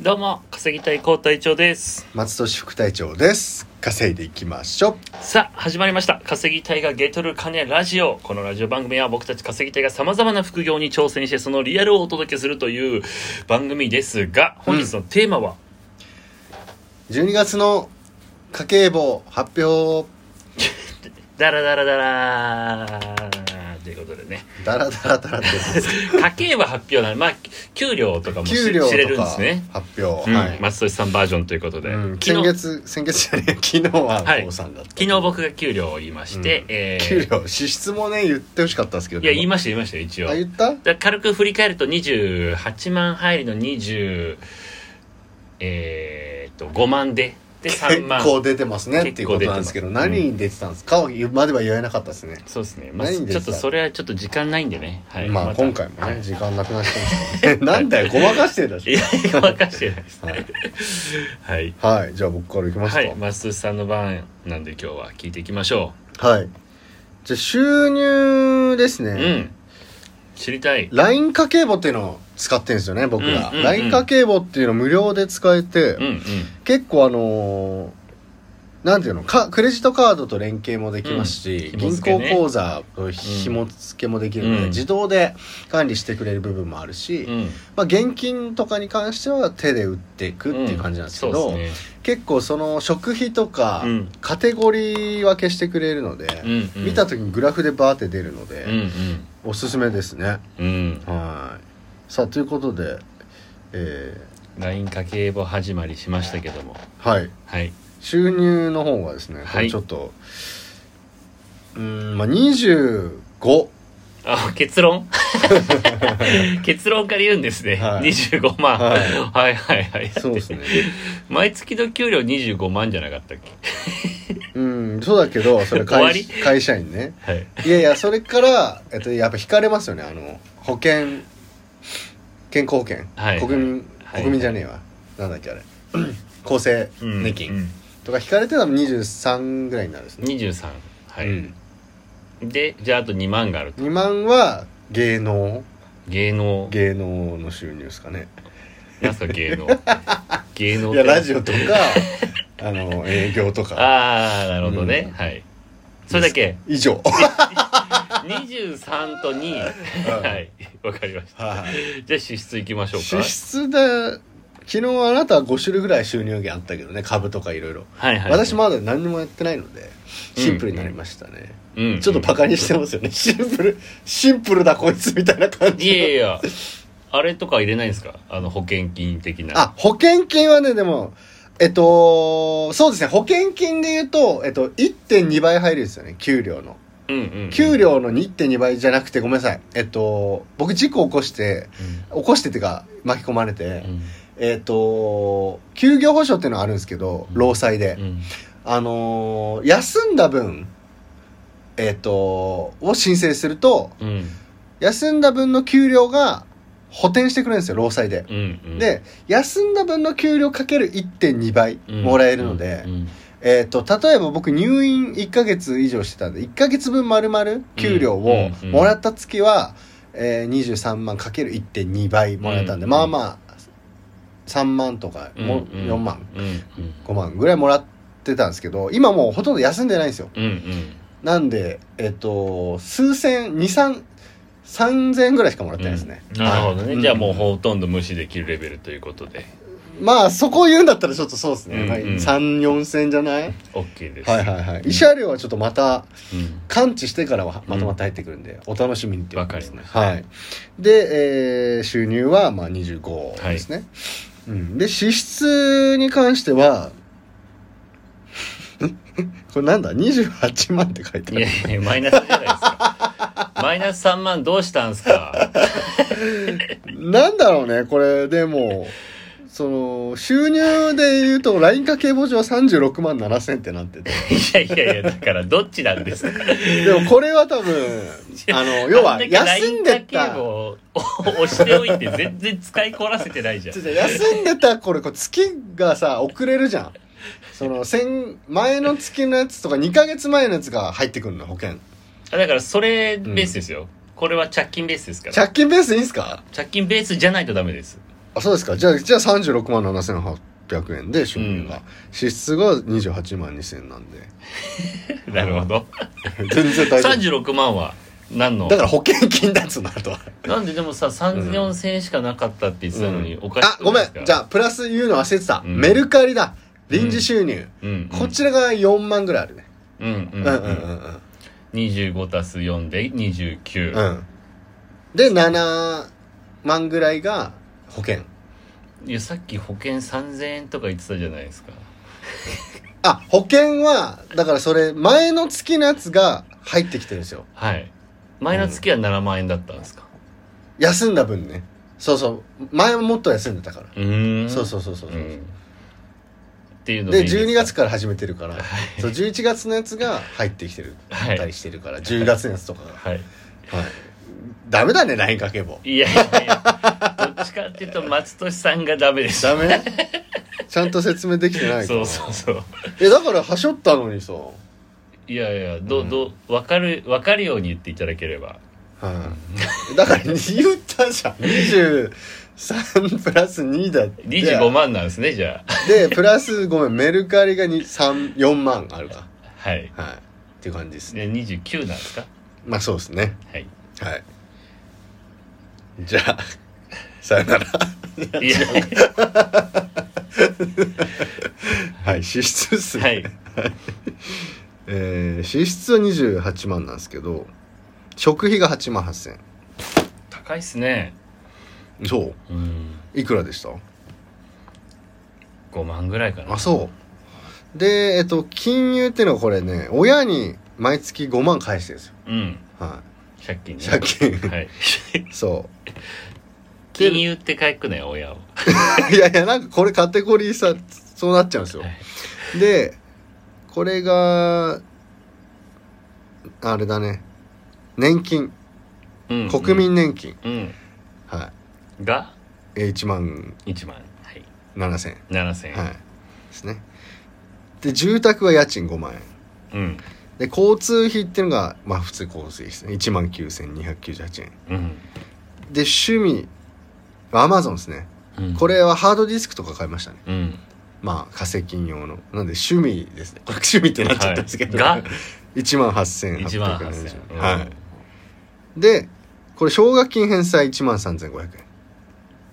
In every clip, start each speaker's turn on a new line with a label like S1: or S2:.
S1: どうも稼ぎたい高隊長です
S2: 松戸市副隊長です稼いでいきましょう
S1: さあ始まりました稼ぎたいがゲットる金ラジオこのラジオ番組は僕たち稼ぎたいがさまざまな副業に挑戦してそのリアルをお届けするという番組ですが本日のテーマは、
S2: 12月の家計簿発表
S1: ダラダラダラーということで ね
S2: ダラダラダラって
S1: 家計は発表なのまあ給料とかもし
S2: 給料
S1: 知れ
S2: と
S1: るんで
S2: か
S1: すね
S2: 発表、
S1: うん
S2: はい、
S1: 松戸さんバージョンということで、
S2: うん先
S1: 昨日
S2: 月先月じゃねえ 昨日は
S1: はい
S2: こうさんだった、
S1: 昨日僕が給料を言いまして、
S2: うん
S1: えー
S2: 給料支出もね言ってほしかったんですけど
S1: いや言い
S2: し
S1: ました言いました一応
S2: あ言った
S1: だから軽く振り返ると28万入りの20えー、っと5万でで
S2: 結
S1: 3万
S2: 構出てますねっていうことなんですけど
S1: 結構出てます
S2: 何に出てたんですか、までは言えなかったですね、
S1: そうですね、まあ、
S2: 何で
S1: ちょ
S2: す
S1: っ
S2: か
S1: とそれはちょっと時間ないんでね、はい、
S2: まあ
S1: た
S2: 今回もね時間なくなってま すからねなんだよごまかしてた
S1: い
S2: し
S1: やごまかしてないです
S2: は
S1: ね
S2: い、
S1: はい
S2: はいじゃあ僕からいきます
S1: は
S2: か
S1: いマスさんの番なんで今日は聞いていきましょ
S2: はい。じゃあ収入です
S1: う、
S2: ね。
S1: うん知りたい
S2: LINE 家計簿っていうのを使ってるんですよね、
S1: う
S2: 僕が
S1: んうんうん。
S2: LINE 家計簿っていうの無料で使えて、
S1: うんうん
S2: 結構あのーなんていうのかクレジットカードと連携もできますし、
S1: うん紐
S2: 銀
S1: 付け
S2: 行
S1: ね
S2: 口座と紐付けもできるので、
S1: うん
S2: 自動で管理してくれる部分もあるし、
S1: うん
S2: まあ、現金とかに関しては手で打っていくっていう感じなんですけど、
S1: そうです
S2: 結構その食費とか
S1: ねうん
S2: カテゴリー分けしてくれるので、
S1: うんうん
S2: 見た時にグラフでバーって出るので、
S1: うんうん
S2: おすすめですね
S1: うん
S2: はいさあということでえ
S1: LINE 家計簿始まりしましたけども
S2: ーはい
S1: はい
S2: 収入の方はですね、こ
S1: はい
S2: れちょっとうーんまあ25
S1: あ結 論結論から言うんですね、
S2: はい
S1: 25万、は
S2: はいい、
S1: はいはい
S2: そう ですね
S1: 毎月の給料25万じゃなかったっけ
S2: うんそうだけどそれ
S1: 終わ
S2: 会
S1: り
S2: 会社員ね
S1: はい
S2: いやいやそれから、えっと、やっぱ引かれますよねあの保険健康保険、
S1: はい
S2: 国民
S1: はい
S2: 国民じゃねえわ、なんだっけあれ 厚生年金、
S1: うん
S2: とか引かれてたら23ぐらいになるんです
S1: うん、
S2: ね、
S1: 23はい、
S2: うん
S1: でじゃああと2万があると
S2: 2万は芸能
S1: 芸能
S2: 芸能の収入ですかね
S1: なんすか芸 能芸能
S2: いやラジ
S1: オ
S2: オとか あの営業とか
S1: ああなるほどね、
S2: うん
S1: はいそれだけ
S2: 以上
S1: 23と2
S2: ん
S1: はいわかりました
S2: はい
S1: じゃあ支出いきましょう
S2: 支
S1: か
S2: 出で昨日あなたは5種類ぐらい収入源あったけどね株とかいろいろ
S1: はいはい
S2: 私まだ何にもやってないのでシンプルになりましたね、
S1: うん
S2: ちょっとバカにしてますよねシンプルシンプルだこいつみたいな感
S1: いやいや
S2: じ
S1: いや、あれとか入れないんですかあの保険金的な。
S2: あ保険金はねでもえっとそうですね保険金で言うと、えっと、1.2倍入るんですよね給料の
S1: うんうんうん。
S2: 給料の2.2倍じゃなくてごめんなさいえっと僕事故起こして起こしてっていうか巻き込まれて、
S1: うん。
S2: えっと休業保障っていうのはあるんですけど
S1: うん
S2: 労災で、
S1: うん。うん
S2: あのー休んだ分えっとを申請すると
S1: うん。
S2: 休んだ分の給料が補填してくれるんですよ労災で、
S1: うんうん。
S2: で休んだ分の給料かける1.2倍もらえるので、
S1: うんうん
S2: えー、と例えば僕入院1ヶ月以上してたんで1ヶ月分丸々給料を
S1: うんうん
S2: もらった月は、えー、23万かける1.2倍もらえたんで、
S1: うん
S2: まあまあ3万とか
S1: うん
S2: も
S1: うん
S2: 4万
S1: うんうん。
S2: 5万ぐらいもらってたんですけど今もうほとんど休んでないんですよ
S1: うんうん。
S2: なんでえっ、と数千23 3000円ぐらいしかもらってないですね、
S1: なるほど
S2: は
S1: ね。
S2: い
S1: じゃあもうんほとんど無視できるレベルということで、
S2: まあそこを言うんだったらちょっとそうですね、
S1: うんうん
S2: まあ34000円じゃない
S1: OK です。
S2: はいはいはい慰謝料はちょっとまた
S1: うん。
S2: 感知してからはまとまって入ってくるんで、お楽しみにっていうことですね
S1: わ
S2: はいで、えー収入はまあ25ですね、うん、で支出に関しては これなんだ28万って書いて
S1: い
S2: ある
S1: やいや、マイナスじゃないですか。マイナス3万どうしたんすか
S2: なんだろうねこれでもその収入で言うと LINE 家計簿上は36万7千ってなってて
S1: いやいやいや、だからどっちなんですか
S2: でもこれは多分あの要は休んで
S1: あ
S2: た
S1: だけ LINE 家計簿を押しておいて全然使いこなせてないじゃん
S2: ちょ。っと休んでたこれこう月がさ遅れるじゃんその先前の月のやつとか2ヶ月前のやつが入ってくるの保険
S1: あだからそれベースですよ、これは借金ベースですから
S2: 借金ベースでいいんすか
S1: 借金ベースじゃないとダメです
S2: あそうですかじゃあじゃあ36万7800円で収入が、
S1: う
S2: 支出が28万2000なんで
S1: なるほ ど
S2: 全然大丈夫
S1: 36万は何の
S2: だから保険金だっつうのあとは
S1: なんででもさ3 4千円しかなかったって言ってたのに、おかし
S2: あ
S1: く
S2: ご
S1: な
S2: め
S1: い
S2: ん
S1: ですか
S2: じゃあプラス言うの忘れてた、
S1: うん
S2: メルカリだ臨時収入、
S1: うんうん
S2: こちらが4万ぐらいあるね
S1: うんうんうんん、うん
S2: うううん
S1: ん、25足す4で29、
S2: うんうんで7万ぐらいが保険
S1: いやさっき保険3000円とか言ってたじゃないですか
S2: あ保険はだからそれ前の月のやつが入ってきてるんですよ
S1: はい前の月は7万円だったんですか
S2: 休んだ分ねそうそう前もっと休んでたから、
S1: うーん
S2: そうそうそうそうそう、
S1: んっていうの
S2: で
S1: いいすか
S2: 12月から始めてるから、
S1: はい
S2: そう11月のやつが入ってきてる、
S1: はい
S2: たりしてるから10月のやつとかが、
S1: はい
S2: はい、ダメだね LINE かけぼ
S1: いやいやいやどっちかっていうと松俊さんがダメでした
S2: ダ メちゃんと説明できてないか
S1: そ
S2: ら
S1: うそうそう
S2: えだからはしょったのにさ、
S1: いやいやどうどう分かる分かるように言っていただければ
S2: はい、だから言ったじゃん23プラス2だって
S1: 25万なんですねじゃ
S2: でプラスごめんメルカリがに3 4万あるか
S1: あはい
S2: はいっていう感じですね
S1: で29なんですか
S2: まあそうですね
S1: はい
S2: はいじゃあさよなら
S1: いや
S2: はい支出っすね、
S1: はい
S2: えー支出は28万なんですけど食費が8万8000
S1: 高いっすね
S2: 円そう
S1: うん
S2: いくらでした
S1: 5万ぐらいかな
S2: あそうでえっと金融っていうのはこれね親に毎月5万返してるんですよ
S1: うん
S2: は
S1: 借金ね
S2: 借金
S1: はい
S2: いそう
S1: 金融って書くね親を
S2: いやいや、なんかこれカテゴリーさ、そうなっちゃうんですよ
S1: は。
S2: で、これが、あれだね。年金。
S1: うん
S2: 国民年金。
S1: うん
S2: はい。
S1: が
S2: えー1万
S1: 1万はい
S2: 7千
S1: 7000
S2: 円。
S1: 円、
S2: はい。ですね。で、住宅は家賃5万円。
S1: うん
S2: で、交通費っていうのが、まあ普通交通費ですね。1万9298円。
S1: うん
S2: で、趣味、アマゾンですね。
S1: うん
S2: これはハードディスクとか買いましたね。
S1: うん
S2: まあ、化石金用の。なんで、趣味ですね。これ 趣味ってなっちゃったんですけど。
S1: はいが
S2: 1万8800
S1: 1万8000
S2: 円。
S1: 円
S2: はい。で、これ、奨学金返済1万3500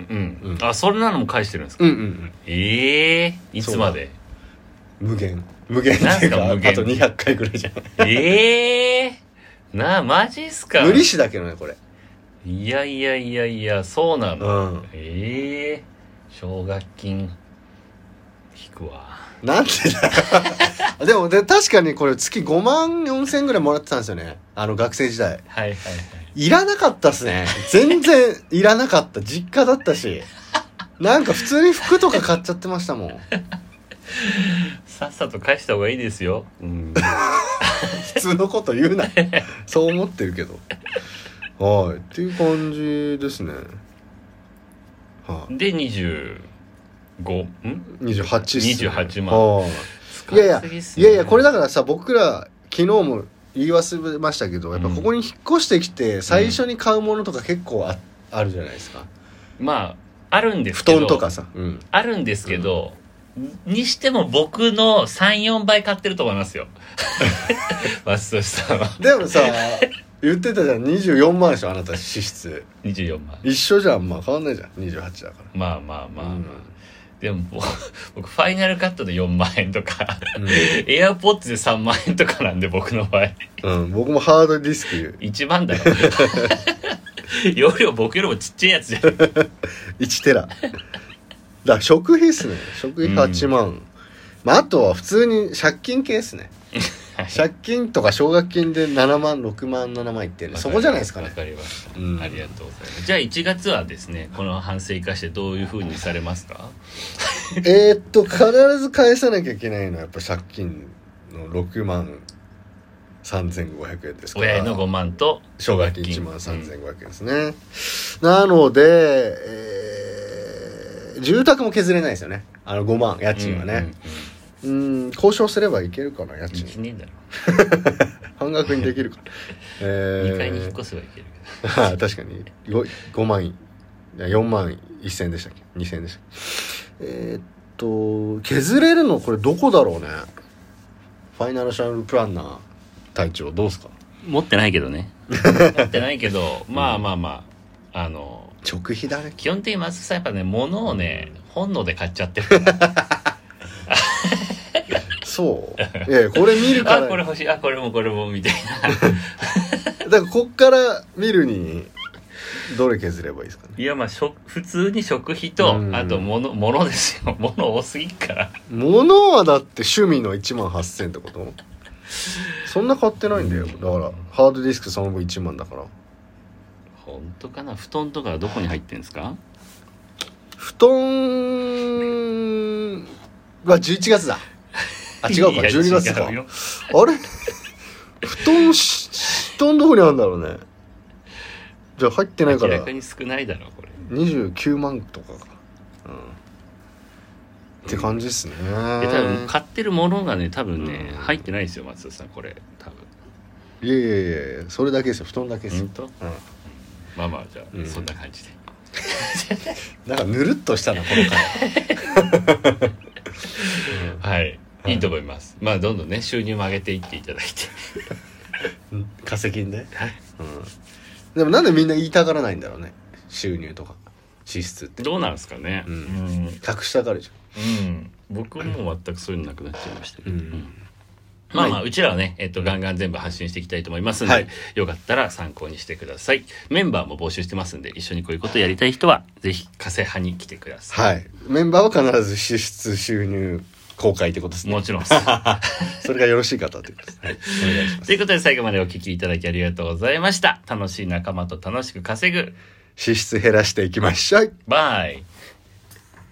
S2: 円。
S1: うん、
S2: うん
S1: あそれなのも返してるんですか、
S2: うんうんうん。
S1: ええいつまで
S2: 無限。無限って
S1: なん
S2: い
S1: す
S2: うか、
S1: か無限
S2: あと200回ぐらいじゃない。
S1: ええなあマジっすか
S2: 無利子だけどね、これ。
S1: いやいやいやいやそうな
S2: う
S1: の、
S2: ん。
S1: ええ奨学金引くわ
S2: なんでだ よでも、で確かにこれ、月5万4千円ぐらいもらってたんですよね。あの、学生時代。
S1: はいはいはい
S2: いらなかったっすね。全然いらなかった。実家だったし。なんか普通に服とか買っちゃってましたもん。
S1: さっさと返した方がいいですよ、うん、
S2: 普通のこと言うな そう思ってるけどはいっていう感じですねはい、
S1: で25ん
S2: 28っすね
S1: 28万
S2: はいいやいや
S1: 使すぎっす
S2: い
S1: ね
S2: やいやこれだからさ僕ら昨日も言い忘れましたけどやっぱここに引っ越してきて最初に買うものとか結構ああるじゃないですか
S1: まああるんです
S2: 布
S1: けど
S2: 団とかさ、うん、
S1: あるんですけど、にしても僕の34倍買ってると思いますよ 松俊さんは
S2: でもさ 言ってたじゃん24万でしょあなた支出
S1: 24万
S2: 一緒じゃんまあ変わんないじゃん28だか
S1: まあまあま
S2: ら
S1: あ、
S2: うん
S1: でも僕 僕ファイナルカットで4万円とか
S2: うん
S1: エアポッツで3万円とかなんで僕の場合
S2: うん、僕もハードディスク
S1: 1万 だよ容量僕よりもちっちゃいやつじゃん
S2: 1テラだから食費っすね食費8万、まあ、あとは普通に借金系っすね借金とか奨学金で7万6万7万いってるそこじゃないですかね
S1: わかりました、
S2: うん
S1: ありがとうございますじゃあ1月はですねこの反省生かしてどういうふうにされますか
S2: えーっと必ず返さなきゃいけないのはやっぱ借金の6万3500円ですから
S1: 親への5万と
S2: 奨学金1万3500円ですね、なので、えー住宅も削れないですよねあの5万家賃はね、
S1: うんうんうん
S2: うん交渉すればいけるかな家
S1: い
S2: 賃
S1: きねえだろ
S2: 半額にできるかなえ
S1: 2階に引っ
S2: っ
S1: 越せばいける
S2: 確かに 5, 万いや4万1000でしたっけ2000でしたっけえーっと削れるのこれどこだろうねファイナルシャルプランナー隊長どうですか
S1: 持ってないけどね持ってないけどまあまあまああの
S2: 直費だね
S1: 基本的に松木さんやっぱね物をね本能で買っちゃってるから
S2: そうえこれ見るから
S1: あこれ欲しいあこれもこれもみたいな
S2: だからこっから見るにどれ削れ ばいいですかね
S1: いやまあ食普通に食費と
S2: うん
S1: あと物物ですよ物多すぎっから
S2: 物はだって趣味の1万8000ってことそんな買ってないんだよだからハードディスクその分1万だから
S1: 本当かな布団とかはどこに入ってんですか
S2: 布団は11月だあ違うか
S1: いや
S2: 12月か
S1: 違うよ
S2: あれ布団し布団どこにあるんだろうねじゃあ入ってないか
S1: 明ら
S2: ら
S1: かに少ないだろこれ
S2: 29万とかかうんって感じですね
S1: で多分買ってるものがね多分ね
S2: うん
S1: 入ってないですよ松田さんこれ多分
S2: いやいやいやいやそれだけですよ布団だけですよ
S1: 本、当
S2: うん
S1: まあまあじゃあ、
S2: うん
S1: そんな感じで
S2: なんかぬるっとしたなこの回
S1: はい
S2: は
S1: い
S2: い
S1: いと思います、まあどんどんね収入も上げていっていただいて
S2: 化石で、うん、でもなんでみんな言いたがらないんだろうね収入とか支出って
S1: どうなんですかね
S2: うん
S1: うん、
S2: 隠したがるじ
S1: うん僕も全くそういうのなくなっちゃいましたけ
S2: ゃん、
S1: ど、
S2: うん、
S1: まあまあ、うちらはね、えっと、ガンガン全部発信していきたいと思いますので、
S2: はい
S1: よかったら参考にしてください。メンバーも募集してますんで、一緒にこういうことやりたい人は、ぜひ、カセ派に来てください。
S2: はいメンバーは必ず支出収入公開ってことですね
S1: もちろん です。
S2: それがよろしい方ということです、はい、お願いします
S1: ということで、最後までお聞きいただきありがとうございました。楽しい仲間と楽しく稼ぐ。
S2: 支出減らしていきましょう
S1: バイ。